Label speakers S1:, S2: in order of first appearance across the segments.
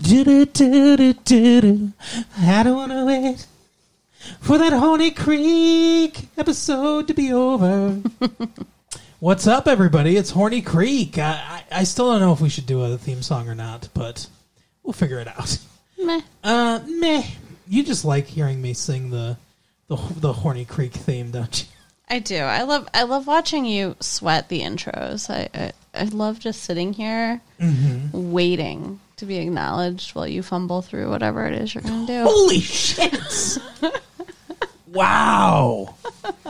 S1: Do do do do do do. I don't want to wait for that Honey Creek episode to be over. What's up, everybody? It's Horny Creek. I, I, I still don't know if we should do a theme song or not, but we'll figure it out.
S2: Meh.
S1: Uh, meh. You just like hearing me sing the the, the Horny Creek theme, don't you?
S2: I do. I love I love watching you sweat the intros. I I, I love just sitting here
S1: Mm-hmm.
S2: waiting to be acknowledged while you fumble through whatever it is you're going to do.
S1: Holy shit! wow.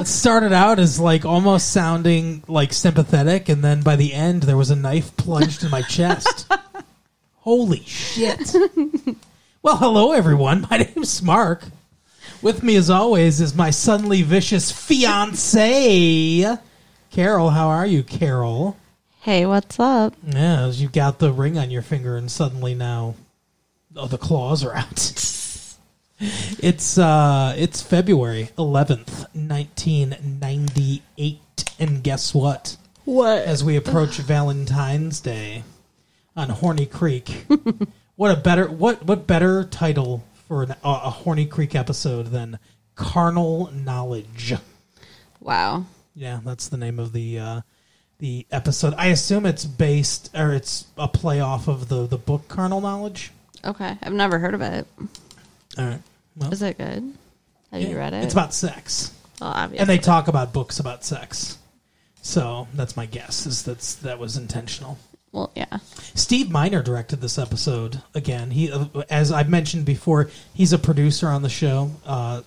S1: It started out as like almost sounding like sympathetic, and then by the end, there was a knife plunged in my chest. Holy shit. well, hello, everyone. My name's Mark. With me, as always, is my suddenly vicious fiance, Carol. How are you, Carol?
S2: Hey, what's up?
S1: Yeah, you've got the ring on your finger, and suddenly now, oh, the claws are out. it's uh, it's February eleventh, nineteen ninety eight, and guess what?
S2: What?
S1: As we approach Valentine's Day on Horny Creek, what a better what what better title for an, a, a Horny Creek episode than carnal knowledge?
S2: Wow.
S1: Yeah, that's the name of the uh, the episode. I assume it's based or it's a play off of the the book Carnal Knowledge.
S2: Okay. I've never heard of it.
S1: All right. Well,
S2: Is it good? Have you read it?
S1: Oh. It's about sex,
S2: well, obviously.
S1: and they talk about books about sex. So that's my guess is that's that was intentional.
S2: well, yeah.
S1: Steve Miner directed this episode again. He, uh, as I've mentioned before, he's a producer on the show. Uh,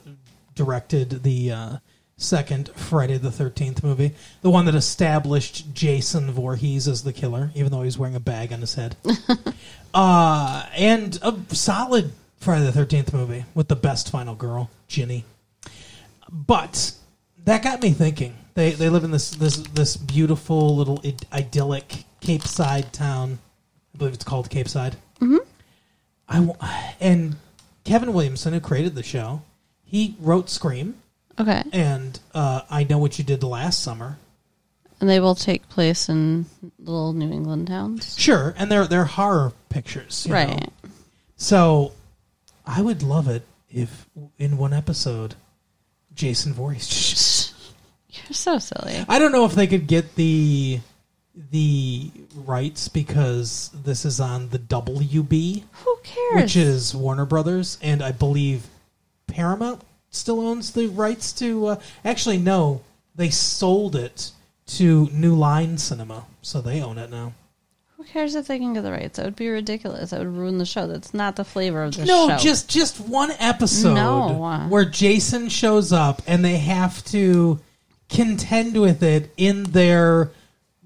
S1: directed the uh, second Friday the Thirteenth movie, the one that established Jason Voorhees as the killer, even though he was wearing a bag on his head. uh, and a solid Friday the Thirteenth movie with the best final girl, Ginny. But that got me thinking. They they live in this this this beautiful little Id- idyllic Cape Side town. I believe it's called Cape Side. Mm-hmm. I wa- and Kevin Williamson, who created the show, he wrote Scream
S2: Okay.
S1: and uh, I know what you did last summer.
S2: And they will take place in little New England towns.
S1: Sure, and they're they're horror pictures, you know.
S2: Right.
S1: So, I would love it if in one episode, Jason Voorhees.
S2: You're so silly.
S1: I don't know if they could get the the rights because this is on the WB,
S2: Who cares?
S1: which is Warner Brothers, and I believe Paramount still owns the rights to. Uh, actually, no, they sold it to New Line Cinema, so they own it now.
S2: Who cares if they can get the rights? That would be ridiculous. That would ruin the show. That's not the flavor of the
S1: no,
S2: show.
S1: just just one episode
S2: No.
S1: where Jason shows up and they have to contend with it in their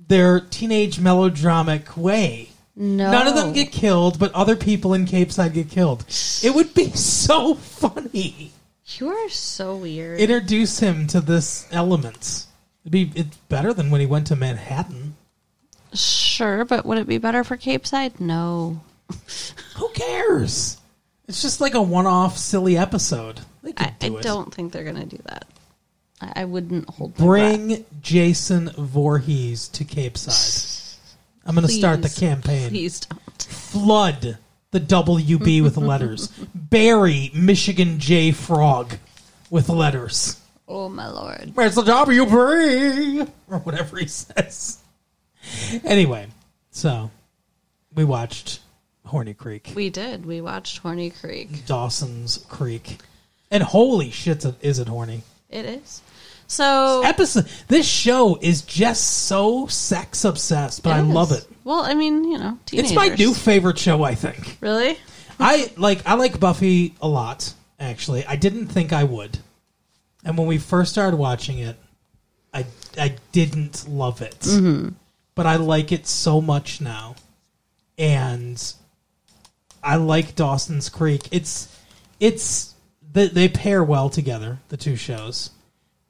S1: their teenage melodramatic way.
S2: no.
S1: None of them get killed, but other people in Cape Side get killed. It would be so funny.
S2: You are so weird.
S1: Introduce him to this element. It'd be it's better than when he went to Manhattan.
S2: Sure, but would it be better for Cape Side? No.
S1: Who cares? It's just like a one-off silly episode. They could
S2: I, I
S1: do it.
S2: don't think they're going to do that. I, I wouldn't hold my breath.
S1: Bring Jason Voorhees to Cape Side. I'm going to start the
S2: Please.
S1: campaign.
S2: Please don't.
S1: Flood the WB with letters. Bury Michigan J Frog with letters.
S2: Oh, my Lord.
S1: Where's the WB? Or whatever he says. Anyway, so we watched Horny Creek,
S2: We did. We watched Horny Creek.
S1: Dawson's Creek. And holy shit, is it horny?
S2: It is. So.
S1: Episode. This show is just so sex obsessed, but I
S2: Yes.
S1: love it.
S2: Well, I mean, you know, teenagers.
S1: It's my new favorite show, I think.
S2: Really?
S1: I like I like Buffy a lot, actually. I didn't think I would. And when we first started watching it, I I didn't love it. But I like it so much now. And I like Dawson's Creek. It's it's they, they pair well together, the two shows.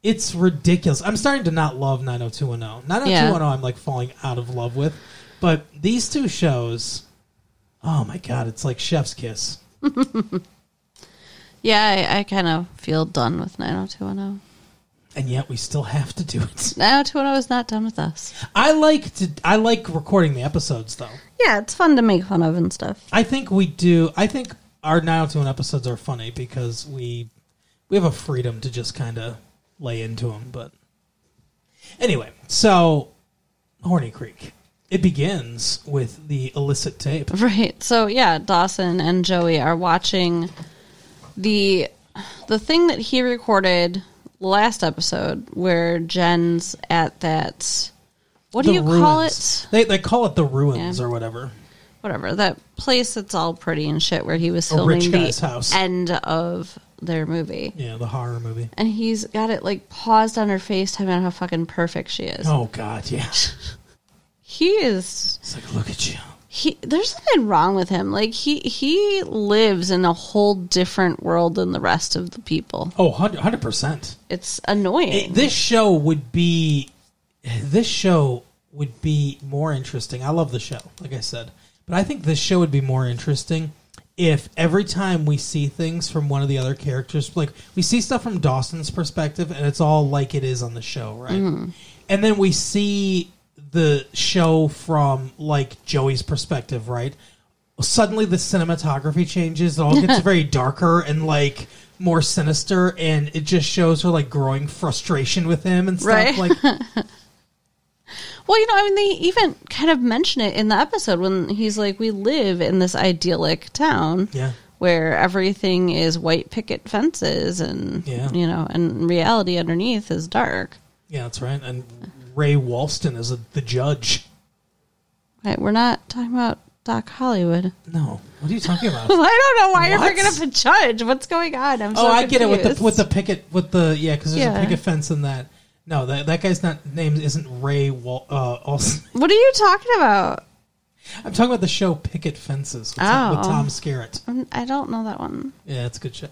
S1: It's ridiculous. I'm starting to not love 90210. 90210 oh, I'm like falling out of love with, but these two shows Oh my god, it's like Chef's Kiss.
S2: oh Yeah, I, I kind of feel done with 90210.
S1: and yet we still have to do it.
S2: Now Tuono oh is not done with us.
S1: I like to I like recording the episodes though.
S2: Yeah, it's fun to make fun of and stuff.
S1: I think we do. I think our 902 episodes are funny because we we have a freedom to just kind of lay into them. But anyway, so Horny Creek. It begins with the illicit tape.
S2: Right. So yeah, Dawson and Joey are watching the the thing that he recorded last episode where Jen's at that what do
S1: The
S2: you call
S1: ruins.
S2: it?
S1: They they call it the ruins
S2: Yeah.
S1: or whatever.
S2: Whatever. That place that's all pretty and shit where he was filming
S1: rich
S2: the
S1: guy's house.
S2: end of their movie.
S1: Yeah, the horror movie.
S2: And he's got it like paused on her face talking about how fucking perfect she is.
S1: Oh God, yeah.
S2: He is
S1: It's like look at you.
S2: he there's something wrong with him. Like he he lives in a whole different world than the rest of the people.
S1: Oh, 100 percent.
S2: It's annoying.
S1: This show would be, this show would be more interesting. I love the show, like I said, but I think this show would be more interesting if every time we see things from one of the other characters, like we see stuff from Dawson's perspective, and it's all like it is on the show, right? And then we see the show from like Joey's perspective, right? suddenly the cinematography changes. It all gets very darker and like more sinister, and it just shows her like growing frustration with him and stuff.
S2: Right.
S1: Like,
S2: Well, you know, I mean, they even kind of mention it in the episode when he's like, "We live in this idyllic town,
S1: Yeah.
S2: where everything is white picket fences, and
S1: Yeah.
S2: you know, and reality underneath is dark."
S1: yeah, that's right. And Ray Walston is a, the judge.
S2: Right? We're not talking about Doc Hollywood.
S1: No, what are you talking about?
S2: I don't know
S1: What?
S2: why you're bringing up a judge. What's going on? I'm so
S1: oh, I get it with the
S2: confused.
S1: with the picket with the yeah, because there's a
S2: Yeah.
S1: picket fence in that. No, that that guy's not name isn't Ray Wal. Uh, Walston.
S2: What are you talking about?
S1: I'm talking about the show Picket Fences with, Tom, with
S2: Oh.
S1: Tom Skerritt.
S2: Um, I don't know that one.
S1: Yeah, it's a good show.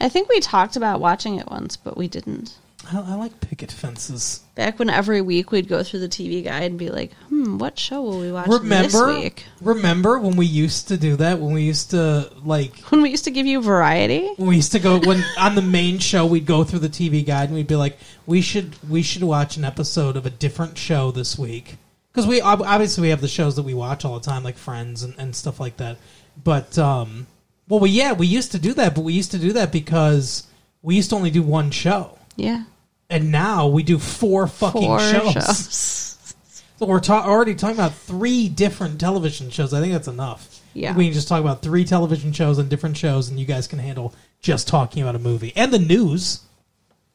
S2: I think we talked about watching it once, but we didn't.
S1: I, I like Picket Fences.
S2: Back when every week we'd go through the TV guide and be like, "Hmm, what show will we watch
S1: remember
S2: this week?"
S1: remember when we used to do that when we used to like
S2: When we used to give you variety,
S1: when we used to go when on the main show we'd go through the tv guide and we'd be like we should we should watch an episode of a different show this week because we ob- obviously we have the shows that we watch all the time like friends and, and stuff like that but um well we yeah we used to do that but we used to do that because we used to only do one show
S2: yeah,
S1: and now we do four fucking
S2: four shows.
S1: shows. So we're ta- already talking about three different television shows. I think that's enough.
S2: Yeah.
S1: We can just talk about three television shows and different shows, and you guys can handle just talking about a movie and the news.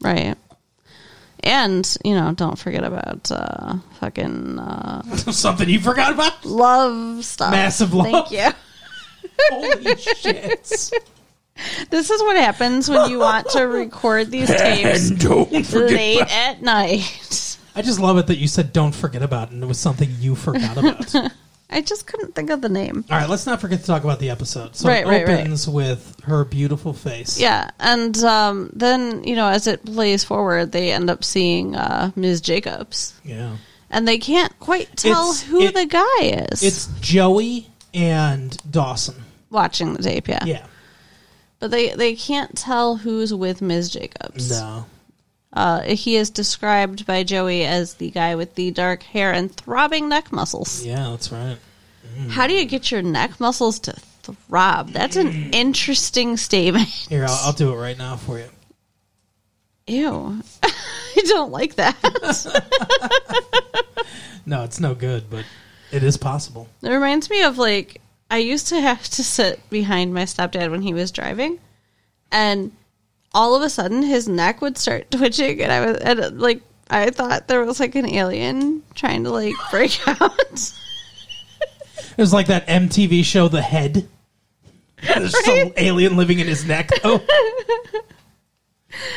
S2: right? And you know, don't forget about uh, fucking uh,
S1: Something you forgot about?
S2: love stuff.
S1: Massive love.
S2: Thank you.
S1: Holy shit.
S2: This is what happens when you want to record these tapes
S1: don't
S2: late at night.
S1: I just love it that you said don't forget about, and it was something you forgot about. All
S2: I just couldn't think of the name.
S1: right, let's not forget to talk about the episode. So
S2: Right,
S1: it
S2: right, right.
S1: opens with her beautiful face.
S2: Yeah, and um, then you know, as it plays forward, they end up seeing uh, Ms. Jacobs,
S1: Yeah.
S2: and they can't quite tell
S1: It's-
S2: who
S1: it-
S2: the guy is.
S1: It's Joey and Dawson.
S2: watching the tape, yeah.
S1: Yeah.
S2: but they they can't tell who's with Ms. Jacobs.
S1: No.
S2: Uh, he is described by Joey as the guy with the dark hair and throbbing neck muscles.
S1: Yeah, that's right. Mm.
S2: How do you get your neck muscles to throb? That's
S1: Mm.
S2: an interesting statement.
S1: Here, I'll, I'll do it right now for you.
S2: Ew, I don't like that.
S1: No, it's no good, but it is possible.
S2: It reminds me of like I used to have to sit behind my stepdad when he was driving, and all of a sudden his neck would start twitching, and I was and, uh, like I thought there was like an alien trying to like break out.
S1: It was like that MTV show, The Head. There's some alien living in his neck, though,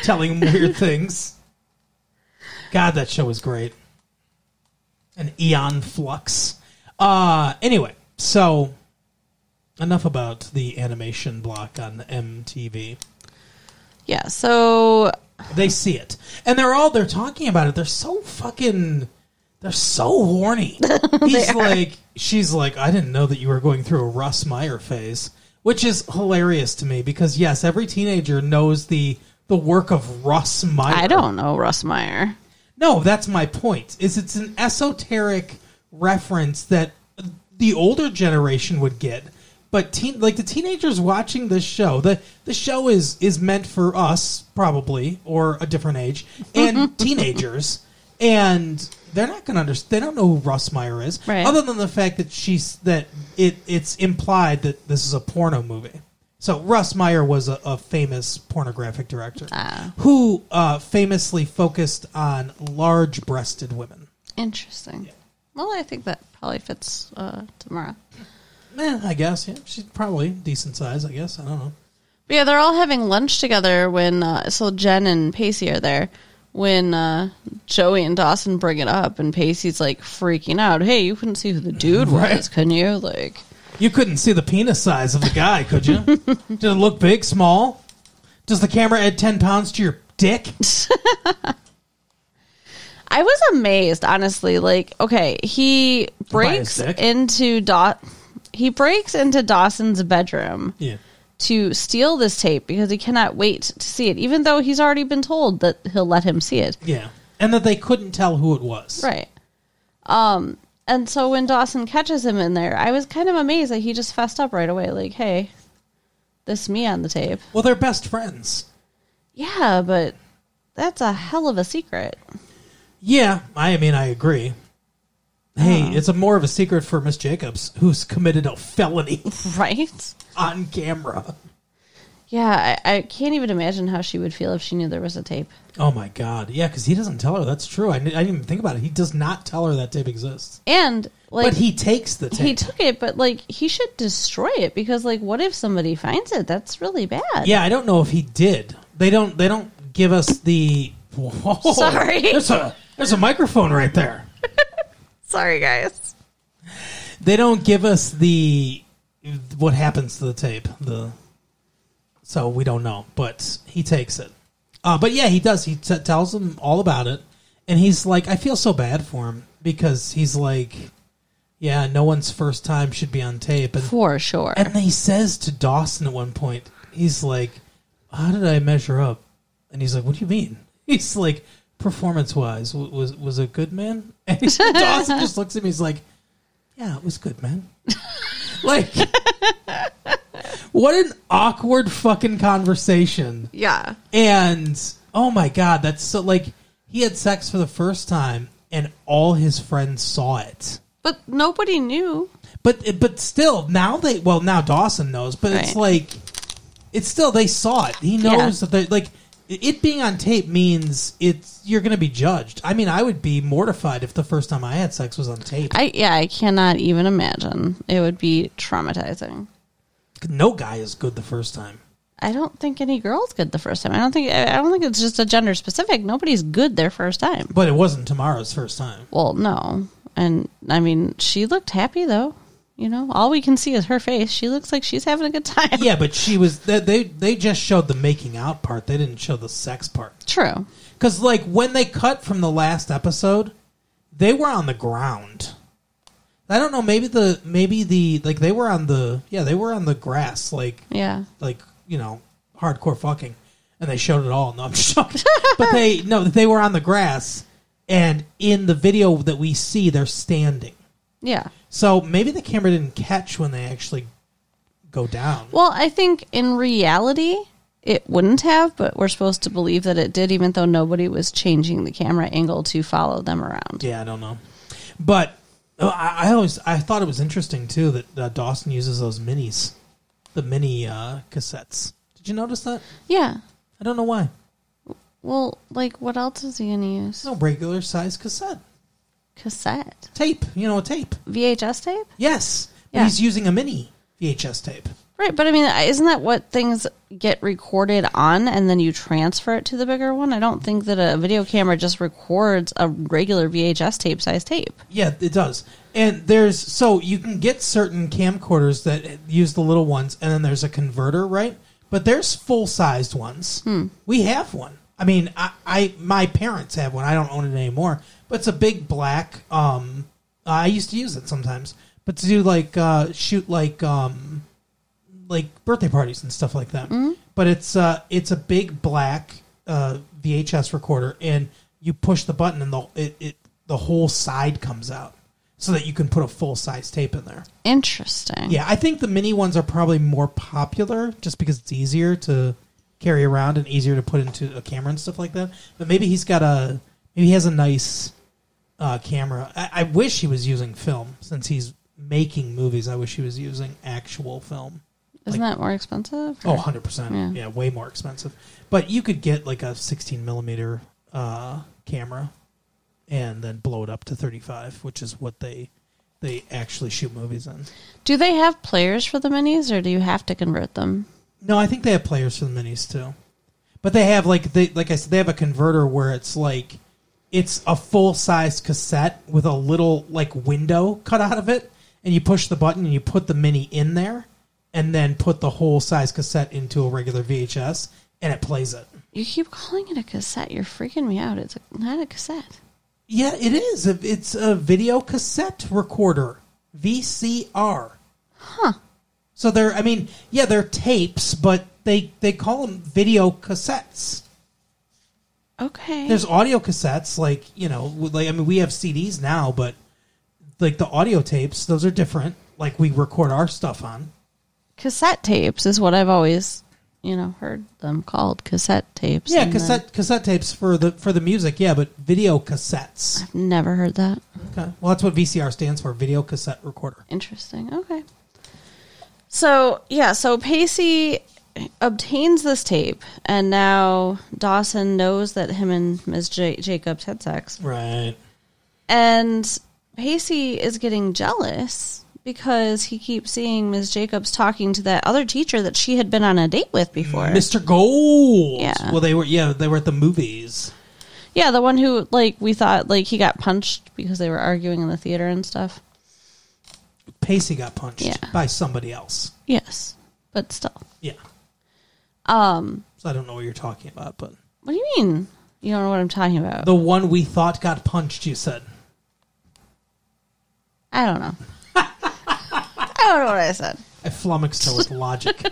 S1: telling him weird things. God, that show was great. An Eon Flux. Uh, anyway, so enough about the animation block on MTV.
S2: yeah, so
S1: They see it, and they're all they're talking about it. They're so fucking, they're so horny. He's like, she's like, I didn't know that you were going through a Russ Meyer phase, which is hilarious to me because yes, every teenager knows the the work of Russ Meyer.
S2: I don't know Russ Meyer.
S1: No, that's my point. Is it's an esoteric reference that the older generation would get, but teen like the teenagers watching this show, the the show is is meant for us probably or a different age and teenagers, and they're not going to understand. They don't know who Russ Meyer is,
S2: Right.
S1: other than the fact that she's that it it's implied that this is a porno movie. So Russ Meyer was a, a famous pornographic director
S2: Ah.
S1: who uh, famously focused on large-breasted women.
S2: Interesting. Well, I think that probably fits uh, Tamara.
S1: Eh, I guess yeah, she's probably decent size. I guess I don't know.
S2: But yeah, they're all having lunch together when uh, so Jen and Pacey are there when uh, Joey and Dawson bring it up, and Pacey's like freaking out. Hey, you couldn't see who the dude was, couldn't you? Like,
S1: You couldn't see the penis size of the guy, could you? Did it look big, small? Does the camera add ten pounds to your dick?
S2: I was amazed, honestly. Like, okay, he breaks
S1: dick.
S2: into Daw- he breaks into Dawson's bedroom
S1: Yeah.
S2: to steal this tape because he cannot wait to see it, even though he's already been told that he'll let him see it.
S1: Yeah. And that they couldn't tell who it was.
S2: Right. Um, and so when Dawson catches him in there, I was kind of amazed that he just fessed up right away, like, hey, this me on the tape.
S1: Well, they're best friends.
S2: Yeah, but that's a hell of a secret.
S1: Yeah, I mean, I agree. Hey, it's a more of a secret for Miss Jacobs, who's committed a felony
S2: Right?
S1: on camera.
S2: Yeah, I, I can't even imagine how she would feel if she knew there was a tape.
S1: Oh my God! Yeah, because he doesn't tell her. That's true. I, didn't- I didn't even think about it. He does not tell her that tape exists.
S2: And like
S1: but he takes the
S2: he
S1: tape.
S2: took it, but like he should destroy it because like what if somebody finds it? That's really bad.
S1: yeah, I don't know if he did. They don't. They don't give us the. Whoa,
S2: Sorry.
S1: There's a there's a microphone right there.
S2: Sorry guys.
S1: They don't give us the what happens to the tape. The so we don't know, but he takes it. Uh, but yeah, he does. He t- tells them all about it, and he's like, "I feel so bad for him because he's like, yeah, no one's first time should be on tape." And
S2: For sure.
S1: And he says to Dawson at one point, he's like, "How did I measure up?" And he's like, "What do you mean?" He's like, "Performance wise, w- was was a good man?" And he- Dawson just looks at me. He's like, "Yeah, it was good, man." like, what an awkward fucking conversation.
S2: yeah.
S1: And oh my god, that's so like he had sex for the first time, and all his friends saw it.
S2: But nobody knew.
S1: But but still, now they well now Dawson knows, but it's like
S2: Right.
S1: it's still they saw it. He knows that they like it being on tape means it's you're going to be judged. I mean, I would be mortified if the first time I had sex was on tape.
S2: I yeah, I cannot even imagine. It would be traumatizing.
S1: no guy is good the first time.
S2: I don't think any girl's good the first time. I don't think I I don't think it's just a gender specific. Nobody's good their first time.
S1: But it wasn't Tamara's first time.
S2: Well, no. And I mean, she looked happy though. You know, all we can see is her face. She looks like she's having a good time.
S1: Yeah, but she was they they, they just showed the making out part. They didn't show the sex part.
S2: True.
S1: Cuz like when they cut from the last episode, they were on the ground. I don't know, maybe the maybe the like they were on the yeah, they were on the grass like
S2: Yeah.
S1: like, you know, hardcore fucking and they showed it all. No, I'm just joking. but they no, they were on the grass and in the video that we see they're standing.
S2: Yeah.
S1: So maybe the camera didn't catch when they actually go down.
S2: Well, I think in reality it wouldn't have, but we're supposed to believe that it did, even though nobody was changing the camera angle to follow them around.
S1: Yeah, I don't know, but uh, I, I always I thought it was interesting too that uh, Dawson uses those minis, the mini uh, cassettes. Did you notice that?
S2: Yeah.
S1: I don't know why.
S2: Well, like, what else is he gonna use?
S1: No regular size cassette
S2: Cassette,
S1: tape. You know, a tape.
S2: VHS tape,
S1: Yes, but
S2: Yeah.
S1: he's using a mini VHS tape.
S2: right? But I mean, isn't that what things get recorded on, and then you transfer it to the bigger one? I don't think that a video camera just records a regular VHS tape size tape.
S1: Yeah, it does. And there's so you can get certain camcorders that use the little ones, and then there's a converter, right? But there's full sized ones. We have one. I mean, I, I my parents have one. I don't own it anymore, but it's a big black. Um, I used to use it sometimes, but to do like uh, shoot like um, like birthday parties and stuff like that. But it's uh, it's a big black uh, VHS recorder, and you push the button, and the it, it the whole side comes out, so that you can put a full size tape in
S2: Mm-hmm.
S1: there.
S2: Interesting.
S1: Yeah, I think the mini ones are probably more popular just because it's easier to carry around and easier to put into a camera and stuff like that. But maybe he's got a maybe he has a nice uh, camera. I, I wish he was using film since he's making movies. I wish he was using actual film.
S2: Isn't that more expensive?
S1: Oh, 100%.
S2: Yeah.
S1: Yeah. way more expensive. But you could get like a 16 millimeter uh, camera and then blow it up to 35, which is what they they actually shoot movies in.
S2: Do they have players for the minis or do you have to convert them?
S1: No, I think they have players for the minis too. But they have like they like I said they have a converter where it's like it's a full size cassette with a little like window cut out of it and you push the button and you put the mini in there and then put the whole size cassette into a regular VHS and it plays it.
S2: You keep calling it a cassette. You're freaking me out. It's a, not a cassette.
S1: Yeah, it is. It's a video cassette recorder, VCR. Huh. So they're I mean, yeah, they're tapes, but they they call them video cassettes.
S2: Okay.
S1: there's audio cassettes like you know w- like i mean we have cds now but like the audio tapes those are different like we record our stuff on
S2: cassette tapes is what I've always, you know, heard them called cassette tapes.
S1: yeah
S2: and then-
S1: cassette cassette tapes for the for the music yeah but video cassettes
S2: I've never heard that.
S1: okay well that's what vcr stands for video cassette recorder
S2: Interesting. Okay. So, yeah, so Pacey obtains this tape, and now Dawson knows that him and Ms. J- Jacobs had sex.
S1: right
S2: And Pacey is getting jealous because he keeps seeing Ms. Jacobs talking to that other teacher that she had been on a date with before.
S1: mr gold
S2: Yeah.
S1: well they were yeah they were at the movies
S2: Yeah, the one who like we thought like he got punched because they were arguing in the theater and stuff.
S1: pacey got punched
S2: Yeah.
S1: by somebody else
S2: Yes, but still.
S1: yeah
S2: Um,
S1: so i don't know what you're talking about but
S2: what do you mean? You don't know what I'm talking about?
S1: the one we thought got punched you said
S2: I don't know. I don't know what I said.
S1: i flummoxed her with logic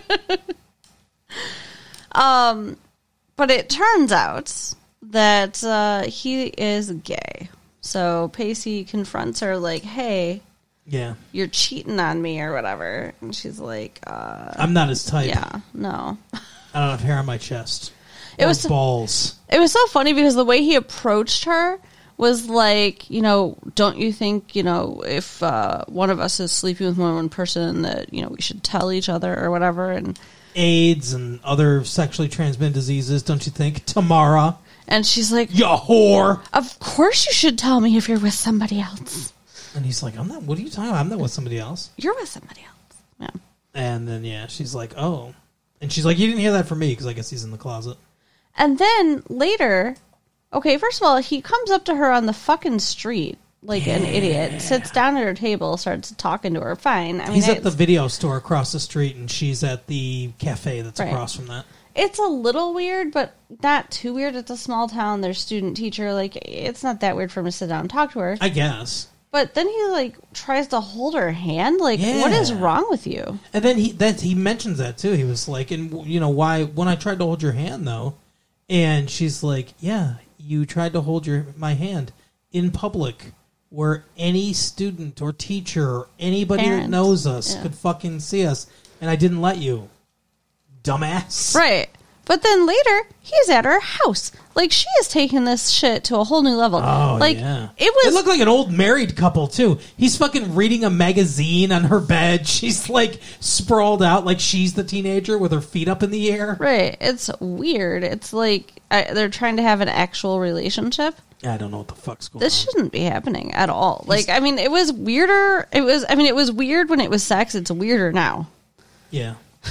S2: But it turns out that uh, he is gay. So Pacey confronts her like, "Hey,
S1: yeah
S2: you're cheating on me or whatever," and she's like, uh,
S1: I'm not his type.
S2: "Yeah, no."
S1: I don't have hair on my chest.
S2: It
S1: Or
S2: was-
S1: balls.
S2: It was so funny because the way he approached her was like, you know, don't you think, you know, if uh, one of us is sleeping with more than one person, that you know we should tell each other or whatever, and
S1: AIDS and other sexually transmitted diseases, don't you think? Tamara,
S2: and she's like,
S1: you whore.
S2: of course you should tell me if you're with somebody else.
S1: And he's like, I'm not, what are you talking about? I'm not with somebody else.
S2: You're with somebody else. Yeah.
S1: And then, yeah, she's like, oh. And she's like, you didn't hear that from me because I guess he's in the closet.
S2: And then later, okay, first of all, he comes up to her on the fucking street like an idiot, sits down at her table, starts talking to her. Fine. I mean,
S1: He's at
S2: it's-
S1: the video store across the street and she's at the cafe that's
S2: Right.
S1: across from that.
S2: it's a little weird, but not too weird. It's a small town. There's student teacher. Like it's not that weird for him to sit down and talk to her.
S1: I guess.
S2: But then he like tries to hold her hand. Like what is
S1: Yeah.
S2: wrong with you?
S1: And then he that he mentions that too. He was like, and you know why? When I tried to hold your hand though, and she's like, yeah, you tried to hold your my hand in public, where any student or teacher or anybody
S2: Parent.
S1: that knows us
S2: Yeah.
S1: could fucking see us, and I didn't let you, dumbass.
S2: Right. But then later he's at her house. Like she is taking this shit to a whole new level.
S1: Oh
S2: like
S1: yeah,
S2: it was
S1: They look like an old married couple too. He's fucking reading a magazine on her bed. She's like sprawled out, like she's the teenager with her feet up in the air.
S2: right. It's weird. It's like I, they're trying to have an actual relationship.
S1: I don't know what the fuck's going
S2: This
S1: on.
S2: shouldn't be happening at all. Like I mean, it was weirder. It was. I mean, it was weird when it was sex. It's weirder now.
S1: Yeah.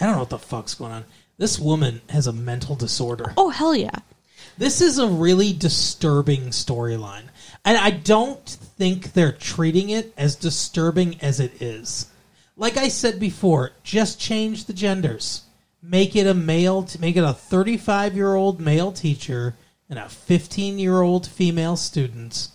S1: I don't know what the fuck's going on. This woman has a mental disorder.
S2: Oh hell yeah!
S1: This is a really disturbing storyline. And I don't think they're treating it as disturbing as it is. Like I said before, just change the genders. Make it a male, t- make it a 35 year old male teacher and a 15 year old female student,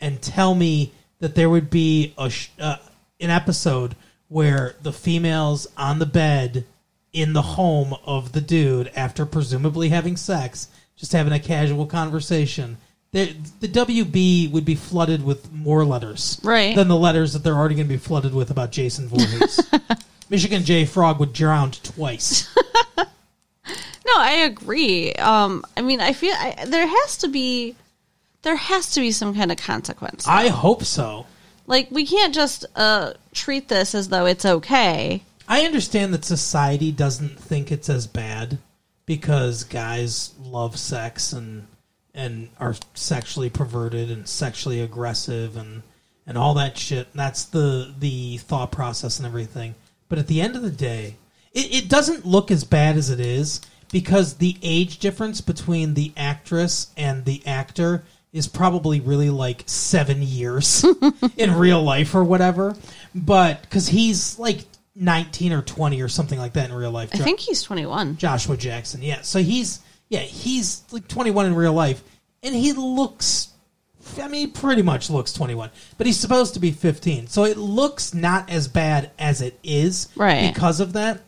S1: and tell me that there would be a sh- uh, an episode where the female's on the bed in the home of the dude after presumably having sex, just having a casual conversation. The, the WB would be flooded with more letters
S2: Right.
S1: than the letters that they're already going to be flooded with about Jason Voorhees. Michigan J. Frog would drown twice.
S2: No, I agree. Um, I mean, I feel I, there has to be there has to be some kind of consequence.
S1: I hope so.
S2: Like we can't just uh, treat this as though it's okay.
S1: I understand that society doesn't think it's as bad because guys love sex and and are sexually perverted and sexually aggressive and and all that shit. That's the the thought process and everything. But at the end of the day, it, it doesn't look as bad as it is because the age difference between the actress and the actor is probably really like seven years in real life or whatever. But because he's like 19 or 20 or something like that in real life.
S2: I think he's twenty one.
S1: Joshua Jackson. Yeah. So he's yeah, he's like 21 in real life and he looks I mean, he pretty much looks 21, but he's supposed to be 15. So it looks not as bad as it is
S2: Right.
S1: because of that.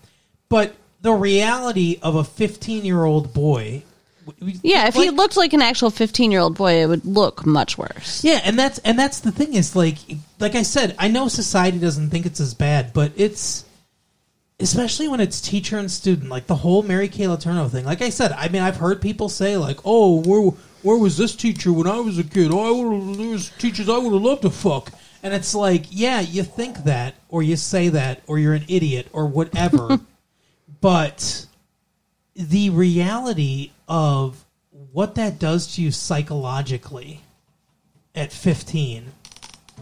S1: But the reality of a 15-year-old boy w- w-
S2: Yeah, if he
S1: like-
S2: looked like an actual fifteen year old boy, it would look much worse.
S1: yeah, and that's and that's the thing is like like I said, I know society doesn't think it's as bad, but it's especially when it's teacher and student, like the whole Mary Kay Letourneau thing. Like I said, I mean, I've heard people say like, "Oh, where where was this teacher when I was a kid? Oh, I would there was teachers I would have loved to fuck." And it's like, yeah, you think that, or you say that, or you're an idiot, or whatever. but the reality of what that does to you psychologically at 15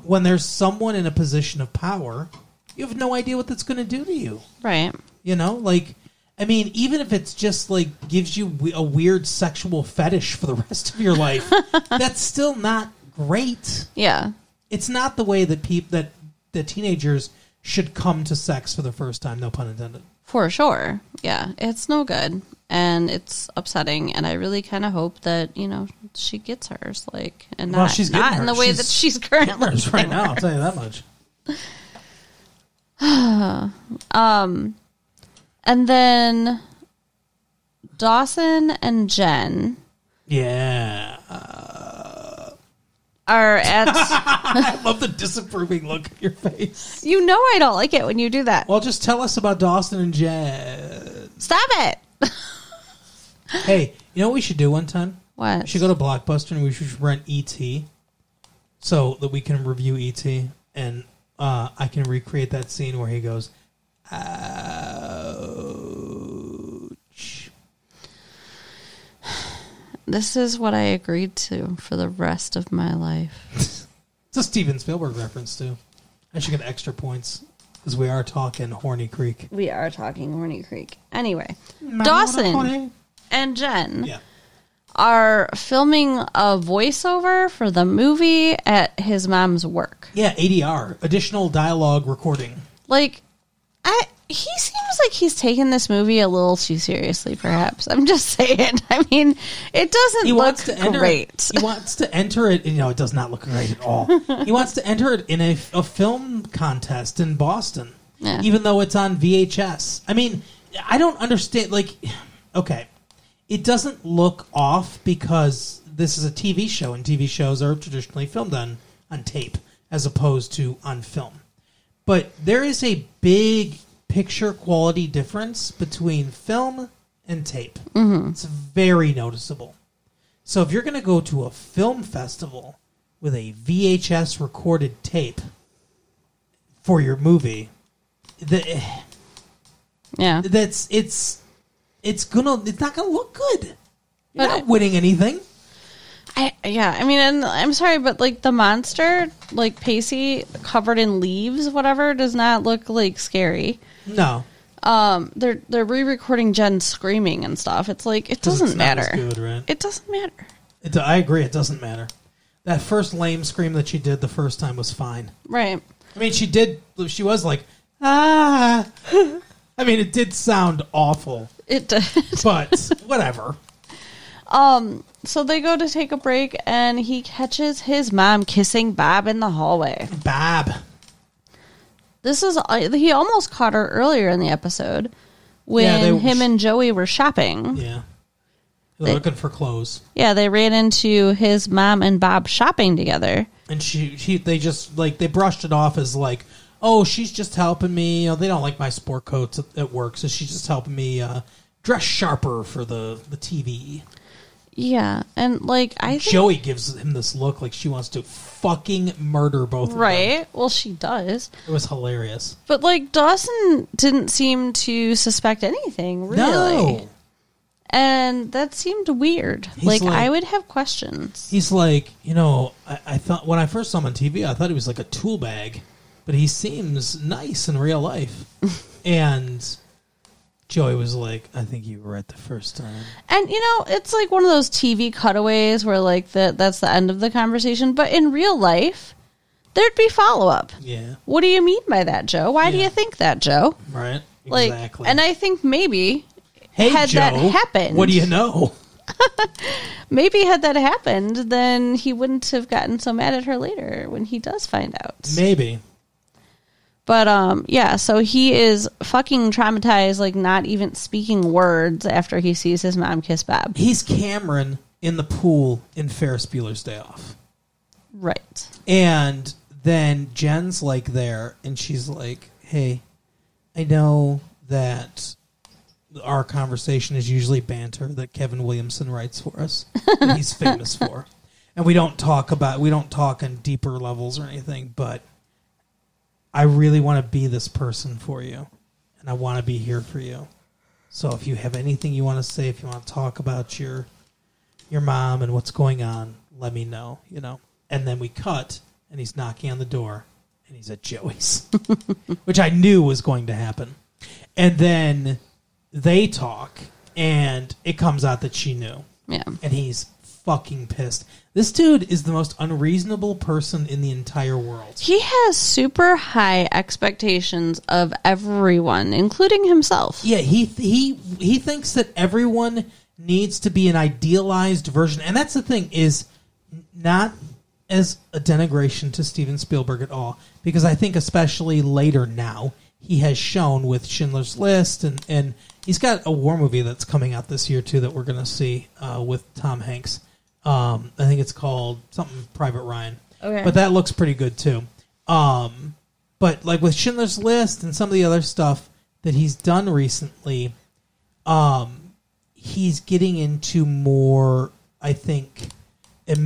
S1: when there's someone in a position of power you have no idea what that's going to do to you
S2: Right.
S1: you know like i mean even if it's just like gives you we- a weird sexual fetish for the rest of your life that's still not great
S2: Yeah.
S1: it's not the way that people that that teenagers should come to sex for the first time no pun intended
S2: For sure. Yeah. It's no good. And it's upsetting. And I really kind of hope that, you know, she gets hers. Like, and
S1: Well,
S2: not,
S1: she's getting
S2: not in the
S1: hers.
S2: way
S1: She's
S2: that she's currently.
S1: Cameras right now i'll tell you that much
S2: And then Dawson and Jen
S1: yeah
S2: are at.
S1: i love the disapproving look on your face
S2: you know, I don't like it when you do that.
S1: well just tell us about dawson and jen
S2: Stop it.
S1: hey you know what we should do one time we
S2: What?
S1: should go to blockbuster and we should rent et so that we can review et and uh, i can recreate that scene where he goes ouch
S2: This is what I agreed to for the rest of my life.
S1: It's a Steven Spielberg reference too. I should get extra points because we are talking Horny Creek.
S2: We are talking Horny Creek. Anyway, Dawson and Jen.
S1: Yeah.
S2: are filming a voiceover for the movie at his mom's work.
S1: Yeah, ADR, additional dialogue recording.
S2: Like, I he seems like he's taking this movie a little too seriously. Perhaps I'm just saying. I mean, it doesn't
S1: He
S2: look
S1: wants to enter
S2: great.
S1: It, he wants to enter it. You know, it does not look great at all. he wants to enter it in a, a film contest in Boston,
S2: Yeah.
S1: even though it's on VHS. I mean, I don't understand. Like, okay, it doesn't look off because this is a TV show, and TV shows are traditionally filmed on on tape as opposed to on film. But there is a big picture quality difference between film and tape.
S2: Mm-hmm.
S1: It's very noticeable. So if you're going to go to a film festival with a VHS recorded tape for your movie, the,
S2: yeah,
S1: that's it's it's gonna it's not gonna look good. You're
S2: But
S1: not
S2: I-
S1: winning anything.
S2: I, yeah. I mean, and I'm sorry, but like the monster, like Pacey, covered in leaves, whatever, does not look like scary.
S1: No,
S2: Um, they're they're re-recording Jen screaming and stuff. It's like it doesn't
S1: it's not as
S2: matter.
S1: good, right?
S2: It doesn't matter.
S1: It, I agree. It doesn't matter. That first lame scream that she did the first time was fine.
S2: Right.
S1: I mean, she did. She was like ah. I mean, it did sound awful,
S2: It does.
S1: but whatever.
S2: Um, so they go to take a break, and he catches his mom kissing Bob in the hallway.
S1: Bab.
S2: This is uh, he almost caught her earlier in the episode when
S1: Yeah, they-
S2: him and Joey were shopping. Yeah.
S1: Yeah. They're looking for clothes.
S2: they ran into his mom and Bob shopping together.
S1: And she, she they just like they brushed it off as like, oh, she's just helping me. You know, they don't like my sport coats at, at work, so she's just helping me uh, dress sharper for the the TV.
S2: Yeah, and like I think,
S1: Joey gives him this look like she wants to fucking murder both. Of them.
S2: right? Well, she does,
S1: It was hilarious.
S2: but like Dawson didn't seem to suspect anything really,
S1: No.
S2: and that seemed weird.
S1: He's
S2: Like,
S1: like-
S2: I would have questions.
S1: He's like, you know, I, I thought when I first saw him on TV, I thought he was like a tool bag, but he seems nice in real life. and Joey was like, I think you were right the first time.
S2: And you know, it's like one of those TV cutaways where like the, that's the end of the conversation. But in real life, there'd be follow up.
S1: Yeah,
S2: What do you mean by that, Joe? Why do
S1: Yeah.
S2: you think that, Joe?
S1: right.
S2: Like, and I think maybe
S1: hey,
S2: had
S1: Joe,
S2: that happened-
S1: What do you know?
S2: maybe had that happened, then he wouldn't have gotten so mad at her later when he does find out.
S1: Maybe.
S2: But um, yeah. So he is fucking traumatized, like not even speaking words after he sees his mom kiss Bob.
S1: He's Cameron in the pool in Ferris Bueller's Day Off.
S2: Right.
S1: And then Jen's like there, and she's like, "Hey, I know that our conversation is usually banter that Kevin Williamson writes for us, that he's famous for, and we don't talk about we don't talk on deeper levels or anything. But I really want to be this person for you, and I want to be here for you. So if you have anything you want to say, if you want to talk about your your mom and what's going on, let me know, you know. And then we cut, and he's knocking on the door, and he's at Joey's, which I knew was going to happen. And then they talk, and it comes out that she knew,
S2: Yeah.
S1: and he's fucking pissed. This dude is the most unreasonable person in the entire world.
S2: He has super high expectations of everyone, including himself.
S1: Yeah, he he he thinks that everyone needs to be an idealized version, and that's the thing is not as a denigration to Steven Spielberg at all, because I think especially later now he has shown with Schindler's List, and and he's got a war movie that's coming out this year too that we're gonna see uh, with Tom Hanks. Um, I think it's called something Private Ryan.
S2: Okay.
S1: But that looks pretty good too. Um, but like with Schindler's List and some of the other stuff that he's done recently, um, he's getting into more, I think,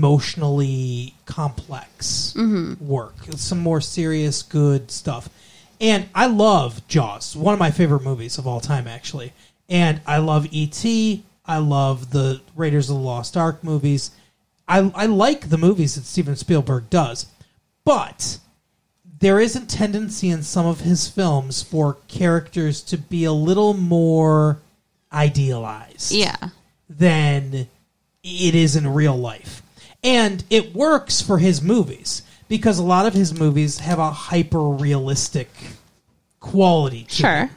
S1: emotionally complex work. Some more serious, good stuff. And I love Jaws, one of my favorite movies of all time, actually. And I love E.T., I love the Raiders of the Lost Ark movies. I, I like the movies that Steven Spielberg does, but there is a tendency in some of his films for characters to be a little more idealized
S2: Yeah.
S1: than it is in real life. And it works for his movies because a lot of his movies have a hyper realistic quality to
S2: Sure.
S1: them.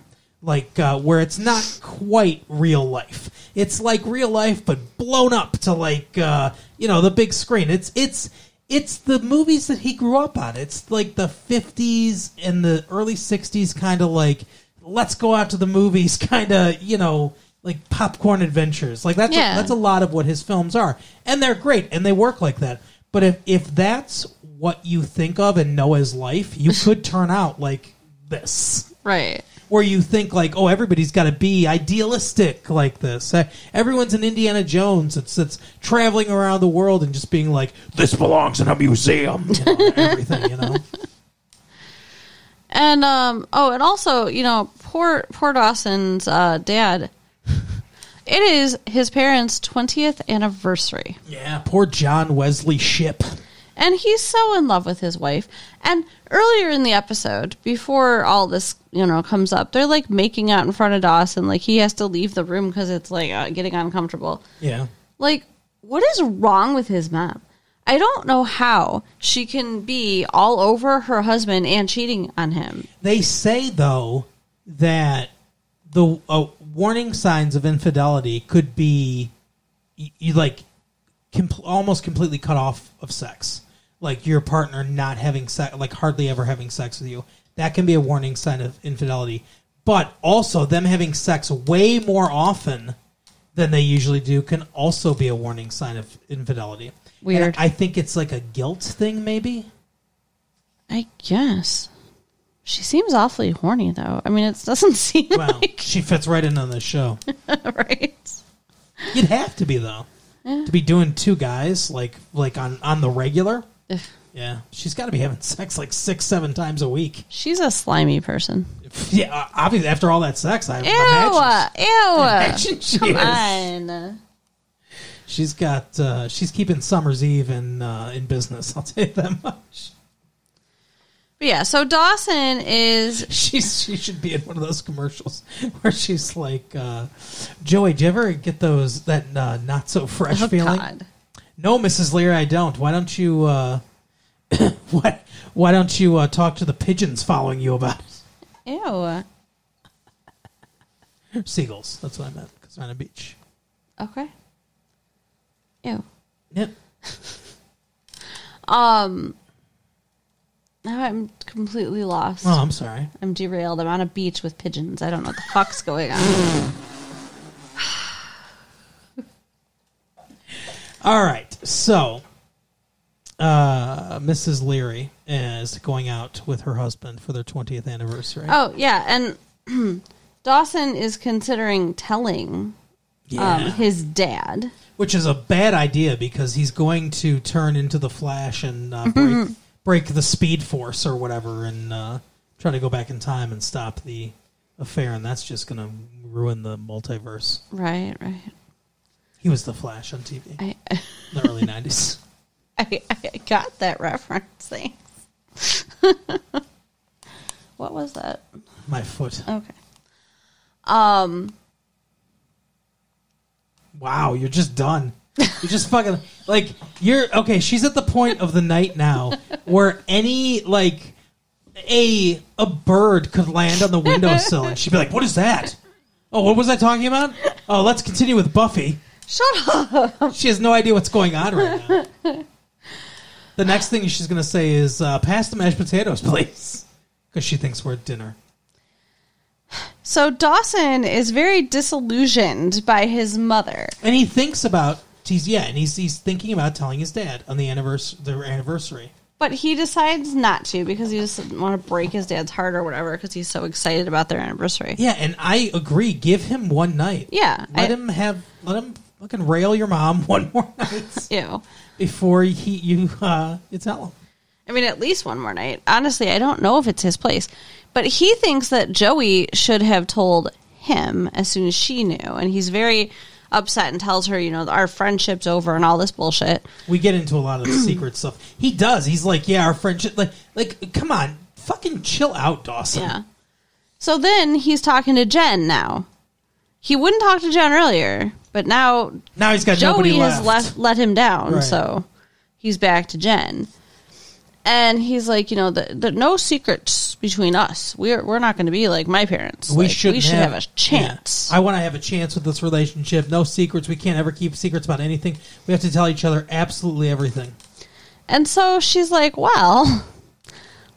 S1: Like uh, where it's not quite real life. It's like real life, but blown up to like uh, you know the big screen. It's it's it's the movies that he grew up on. It's like the fifties and the early sixties kind of like let's go out to the movies kind of you know like popcorn adventures. Like that's
S2: Yeah.
S1: a, that's a lot of what his films are, and they're great and they work like that. But if if that's what you think of and know as life, you could turn out like this
S2: Right.
S1: where you think like, oh, everybody's got to be idealistic like this. Uh, Everyone's an Indiana Jones. It's it's traveling around the world and just being like, this belongs in a museum. You know, and everything, you know.
S2: And um oh, and also, you know, poor poor Dawson's uh dad. It is his parents' 20th anniversary.
S1: Yeah, poor John Wesley Ship.
S2: And he's so in love with his wife. And earlier in the episode, before all this, you know, comes up, they're like making out in front of Dawson. Like he has to leave the room because it's like uh, getting uncomfortable.
S1: Yeah,
S2: Like, what is wrong with his mom? I don't know how she can be all over her husband and cheating on him.
S1: they say though that the uh, warning signs of infidelity could be you, you like compl almost completely cut off of sex. Like your partner not having sex, like hardly ever having sex with you. that can be a warning sign of infidelity. But also, them having sex way more often than they usually do can also be a warning sign of infidelity. And
S2: Weird.
S1: I think it's like a guilt thing, maybe.
S2: I guess. She seems awfully horny, though. I mean, it doesn't seem
S1: Wow,
S2: like
S1: she fits right in on this show.
S2: right.
S1: You'd have to be though to be doing two guys like like on on the regular.
S2: Ugh.
S1: Yeah, she's got to be having sex like six seven times a week.
S2: She's a slimy person.
S1: Yeah, uh, obviously after all that sex, I
S2: Ew!
S1: imagine,
S2: Ew!
S1: imagine she
S2: Come
S1: is.
S2: on.
S1: She's got uh, she's keeping Summer's Eve in uh, in business. I'll tell you that much.
S2: But yeah, so Dawson is
S1: She's she should be in one of those commercials where she's like, uh, Joey, do you ever get those that uh, not so fresh
S2: oh
S1: feeling?
S2: God.
S1: No, Mrs. Lear, I don't. Why don't you? Uh, why why don't you uh, talk to the pigeons following you about it?
S2: Ew.
S1: Seagulls. That's what I meant. Because on a beach.
S2: Okay. Ew.
S1: Yep.
S2: Um. Now I'm completely lost.
S1: Oh, I'm sorry.
S2: I'm derailed. I'm on a beach with pigeons. I don't know what the fuck's going on.
S1: All right. So, uh, Mrs. Leary is going out with her husband for their 20th anniversary.
S2: Oh yeah, and Dawson is considering telling
S1: yeah.
S2: um, his dad.
S1: Which is a bad idea because he's going to turn into the Flash and uh, break, break the Speed Force or whatever and uh, try to go back in time and stop the affair. And that's just going to ruin the multiverse.
S2: Right, right.
S1: He was the Flash on TV
S2: I
S1: in the early 90s.
S2: I, I got that reference. Thanks. what was that?
S1: My foot.
S2: Okay. Um.
S1: Wow, you're just done. You're just fucking like you're okay. She's at the point of the night now where any like a a bird could land on the windowsill and she'd be like, "What is that? Oh, what was I talking about? Oh, let's continue with Buffy."
S2: Shut up.
S1: She has no idea what's going on right now. The next thing she's gonna say is, uh, "Pass the mashed potatoes, please," because she thinks we're at dinner.
S2: So Dawson is very disillusioned by his mother.
S1: And he thinks about he's yeah, and he's he's thinking about telling his dad on the anniversary their anniversary.
S2: But he decides not to because he just doesn't want to break his dad's heart or whatever because he's so excited about their anniversary.
S1: Yeah, and I agree. Give him one night.
S2: Yeah,
S1: let
S2: I-
S1: him have. Let him fucking rail your mom one more night
S2: Ew.
S1: before he you uh you tell him.
S2: I mean, at least one more night. Honestly, I don't know if it's his place. But he thinks that Joey should have told him as soon as she knew. And he's very upset and tells her, you know, our friendship's over and all this bullshit.
S1: We get into a lot of the secret stuff. He does. He's like, yeah, our friendship. Like, like, come on, fucking chill out, Dawson.
S2: Yeah. So then he's talking to Jen now. He wouldn't talk to Jen earlier, but now
S1: Now he's got nobody
S2: Joey
S1: left.
S2: has left let him down,
S1: Right.
S2: so he's back to Jen. And he's like, you know, the, the no secrets between us. We're we're not going to be like my parents.
S1: We
S2: Like,
S1: should
S2: we should have, a chance.
S1: I want to have a chance with this relationship. No secrets. We can't ever keep secrets about anything. We have to tell each other absolutely everything.
S2: And so she's like, well,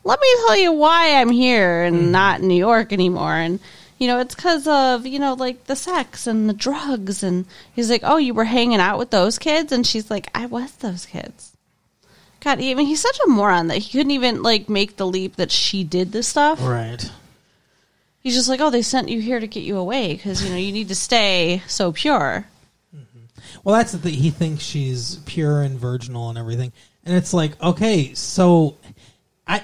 S2: let me tell you why I'm here and not in New York anymore. And, you know, it's because of, you know, like the sex and the drugs. And he's like, oh, you were hanging out with those kids? And she's like, I was those kids. God, he- I mean, he's such a moron that he couldn't even, like, make the leap that she did this stuff.
S1: Right.
S2: He's just like, oh, they sent you here to get you away because, you know, you need to stay so pure.
S1: Well, that's the thing. He thinks she's pure and virginal and everything, and it's like, okay, so I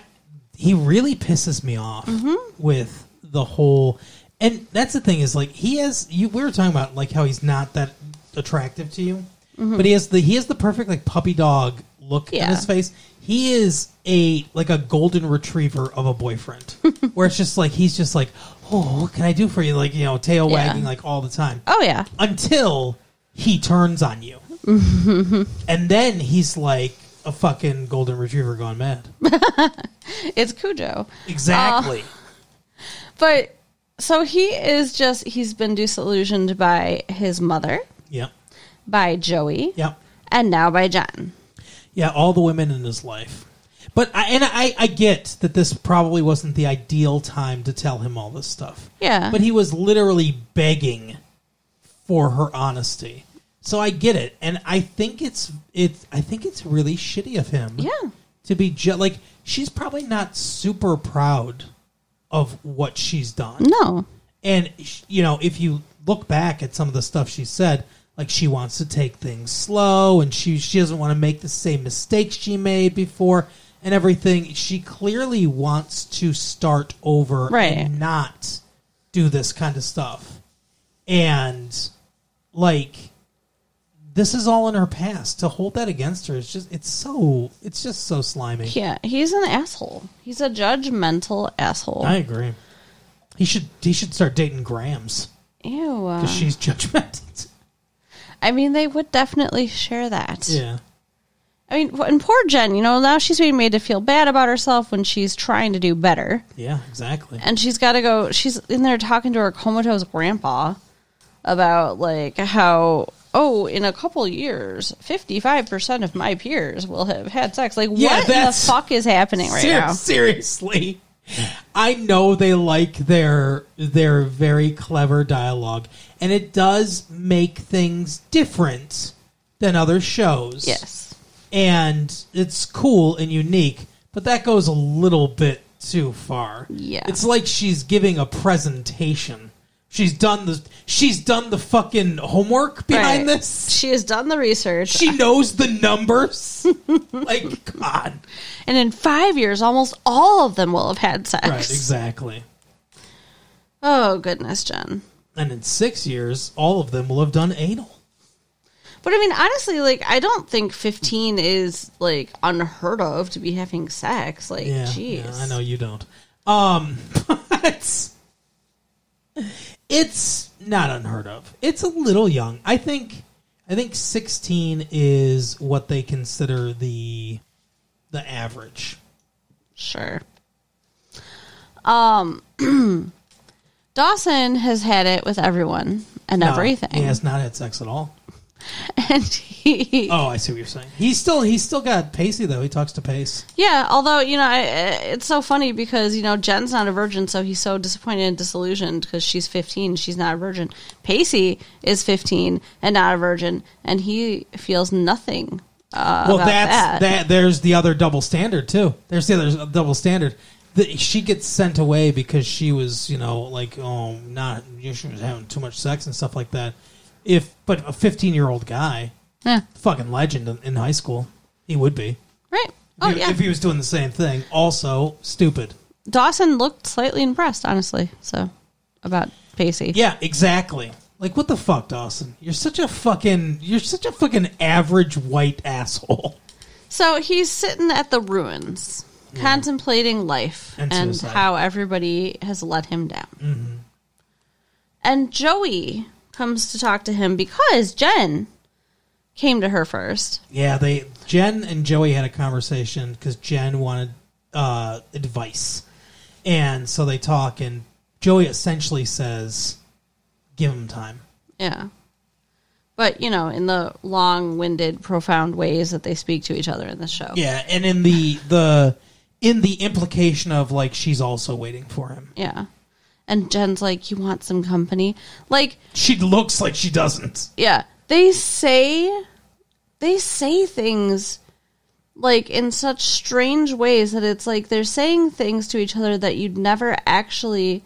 S1: he really pisses me off
S2: Mm-hmm.
S1: with the whole, and that's the thing is like he has you. We were talking about like how he's not that attractive to you, but he has the he has the perfect like puppy dog look in
S2: Mm-hmm. Yeah.
S1: his face. He is a like a golden retriever of a boyfriend, where it's just like he's just like, oh, what can I do for you? Like you know, tail
S2: Yeah.
S1: wagging like all the time
S2: Oh, yeah.
S1: until he turns on you. and then he's like a fucking golden retriever gone mad.
S2: It's Cujo.
S1: Exactly.
S2: But so he is just he's been disillusioned by his mother,
S1: Yep.
S2: by Joey,
S1: Yep.
S2: and now by Jen.
S1: Yeah, all the women in his life. But I, and I, I get that this probably wasn't the ideal time to tell him all this stuff.
S2: Yeah.
S1: But he was literally begging for her honesty. So I get it, and I think it's it's I think it's really shitty of him.
S2: Yeah.
S1: To be je- like she's probably not super proud of what she's done.
S2: No.
S1: And sh- you know, if you look back at some of the stuff she said, like she wants to take things slow and she she doesn't want to make the same mistakes she made before and everything. She clearly wants to start over
S2: Right.
S1: and not do this kind of stuff. And like this is all in her past. To hold that against her is just it's so it's just so slimy.
S2: Yeah, he's an asshole. He's a judgmental asshole.
S1: I agree. He should he should start dating Grams
S2: Ew. uh,
S1: 'cause she's judgmental.
S2: I mean, they would definitely share that.
S1: Yeah.
S2: I mean, and poor Jen, you know, now she's being made to feel bad about herself when she's trying to do better.
S1: Yeah, exactly.
S2: And she's got to go, she's in there talking to her comatose grandpa about, like, how, oh, in a couple years, 55% of my peers will have had sex. Like,
S1: Yeah,
S2: what in the
S1: that's-
S2: fuck is happening right
S1: Ser-
S2: now?
S1: Seriously. I know they like their their very clever dialogue and it does make things different than other shows.
S2: Yes.
S1: And it's cool and unique, but that goes a little bit too far.
S2: Yeah.
S1: It's like she's giving a presentation. She's done the she's done the fucking homework behind
S2: Right.
S1: this.
S2: She has done the research.
S1: She knows the numbers. like god.
S2: and in five years, almost all of them will have had sex.
S1: Right, exactly.
S2: Oh, goodness, Jen.
S1: And in six years, all of them will have done anal.
S2: But I mean, honestly, like I don't think fifteen is like unheard of to be having sex. Like,
S1: Yeah,
S2: jeez,
S1: yeah, I know you don't. Um, but it's not unheard of. It's a little young. I think. I think sixteen is what they consider the the average.
S2: Sure. Um, Dawson has had it with everyone and
S1: No,
S2: everything,
S1: He has not had sex at all.
S2: and he,
S1: Oh, I see what you're saying. He's still he's still got Pacey though. He talks to Pace.
S2: yeah. Although you know, I, I- it's so funny because you know Jen's not a virgin, so he's so disappointed and disillusioned because she's fifteen, she's not a virgin. Pacey is fifteen and not a virgin, and he feels nothing. Uh,
S1: well
S2: about
S1: that's that.
S2: that.
S1: there's the other double standard too there's the other double standard the, she gets sent away because she was you know like oh not she was having too much sex and stuff like that if but a 15 year old guy
S2: Yeah.
S1: fucking legend in, in high school he would be
S2: Right. Oh
S1: If-
S2: yeah.
S1: if he was doing the same thing also stupid
S2: Dawson looked slightly impressed, honestly. So about Pacey.
S1: yeah exactly like what the fuck dawson you're such a fucking you're such a fucking average white asshole
S2: So he's sitting at the ruins, contemplating life
S1: And
S2: and,
S1: suicide. Mm-hmm.
S2: how everybody has let him down. And Joey comes to talk to him because Jen came to her first.
S1: Yeah, they Jen and Joey had a conversation because Jen wanted uh, advice, and so they talk, and Joey essentially says, "Give him time."
S2: Yeah. But, you know, in the long winded, profound ways that they speak to each other in the show.
S1: Yeah, and in the the in the implication of like she's also waiting for him.
S2: yeah. And Jen's like, You want some company? Like,
S1: She looks like she doesn't.
S2: yeah they say they say things like in such strange ways that it's like they're saying things to each other that you'd never actually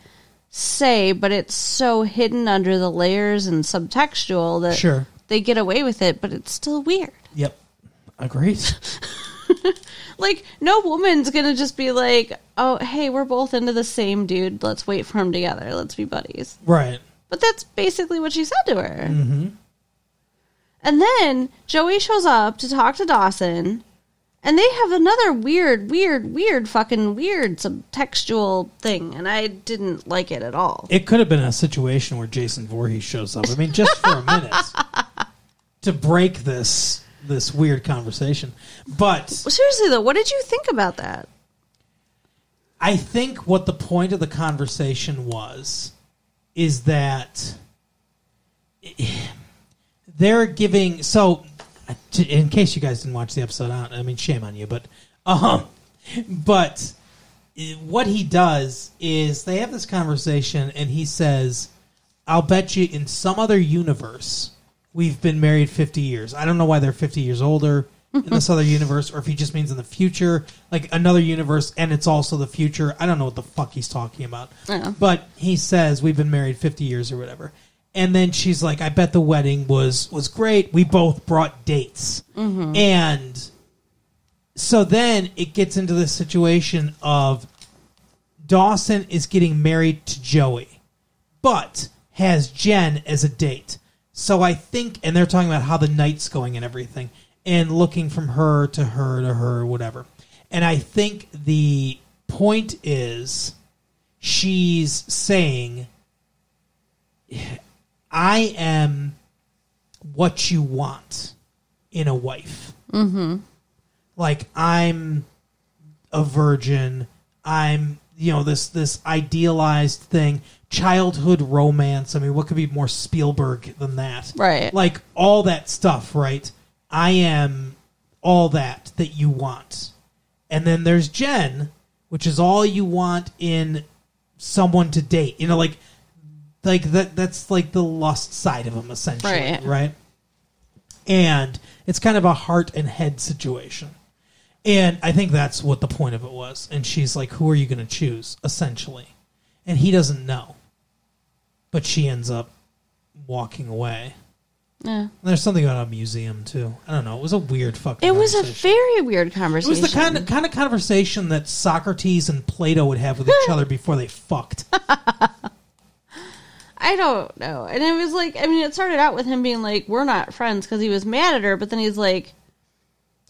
S2: say but it's so hidden under the layers and subtextual that
S1: Sure.
S2: they get away with it but it's still weird
S1: Yep, agreed.
S2: like no woman's gonna just be like oh hey we're both into the same dude let's wait for him together let's be buddies
S1: right.
S2: But that's basically what she said to her. Mm-hmm. And then Joey shows up to talk to Dawson, and they have another weird, weird, weird, fucking weird subtextual thing, and I didn't like it at all.
S1: It could have been a situation where Jason Voorhees shows up. I mean, just for a minute to break this this weird conversation, but.
S2: Seriously though, what did you think about that?
S1: I think what the point of the conversation was is that they're uh, giving. So, in case you guys didn't watch the episode, I, I mean, shame on you, but um, But eh, what he does is they have this conversation, and he says, "I'll bet you in some other universe we've been married fifty years. I don't know why they're fifty years older." In this other universe, or if he just means in the future, like another universe, and it's also the future. I don't know what the fuck he's talking about.
S2: Yeah.
S1: But he says we've been married 50 years or whatever. And then she's like, "I bet the wedding was was great. We both brought dates." And so then it gets into this situation of Dawson is getting married to Joey, but has Jen as a date. So I think, and they're talking about how the night's going and everything, and looking from her to her to her, whatever. And I think the point is she's saying, I am what you want in a wife. Mm-hmm. Like, I'm a virgin. I'm you know this this idealized thing, childhood romance. I mean, what could be more Spielberg than that?
S2: Right.
S1: Like all that stuff, right? I am all that that you want. And then there's Jen, which is all you want in someone to date. You know, like like that that's like the lust side of them essentially,
S2: Right.
S1: right? And it's kind of a heart and head situation. And I think that's what the point of it was. And she's like, Who are you going to choose? essentially. And he doesn't know. But she ends up walking away.
S2: Yeah.
S1: And there's something about a museum, too. I don't know. It was a weird fucking
S2: It was a
S1: conversation.
S2: very weird
S1: It
S2: conversation.
S1: was the kind of, kind of conversation that Socrates and Plato would have with each other before they fucked.
S2: I don't know. And it was like, I mean, it started out with him being like, we're not friends because he was mad at her, but then he's like,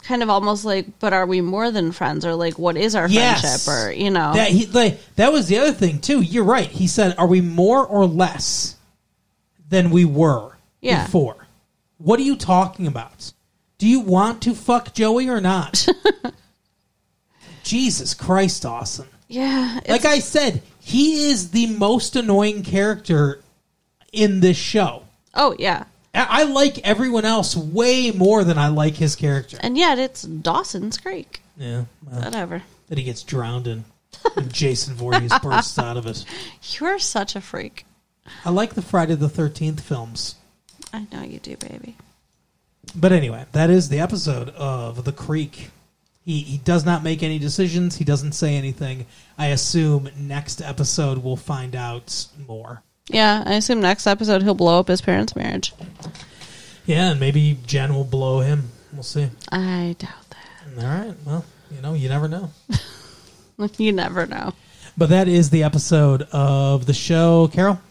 S2: kind of almost like, but are we more than friends? Or like, what is our
S1: Yes.
S2: friendship? Or, you know.
S1: That he like that was the other thing too. You're right. He said, "Are we more or less than we were
S2: Yeah.
S1: before?" What are you talking about? Do you want to fuck Joey or not? Jesus Christ, Dawson.
S2: yeah. it's-
S1: Like I said, he is the most annoying character in this show.
S2: oh, yeah.
S1: I I like everyone else way more than I like his character.
S2: And yet it's Dawson's Creek.
S1: Yeah. well,
S2: Whatever.
S1: that he gets drowned in. And Jason Voorhees bursts out of it.
S2: You're such a freak.
S1: I like the Friday the 13th films.
S2: I know you do, baby.
S1: But anyway, that is the episode of The Creek. He, he does not make any decisions. He doesn't say anything. I assume next episode we'll find out more.
S2: Yeah, I assume next episode he'll blow up his parents' marriage.
S1: Yeah, and maybe Jen will blow him. We'll see.
S2: I doubt that.
S1: All right. Well, you know, you never know.
S2: You never know.
S1: But that is the episode of the show, Carol.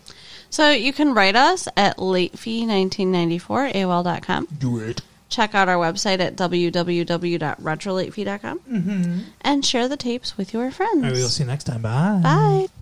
S2: So you can write us at latefee1994 AOL.com.
S1: Do it.
S2: Check out our website at www.retrolatefee.com. Mm-hmm. And share the tapes with your friends.
S1: All right, we'll see you next time. Bye.
S2: Bye.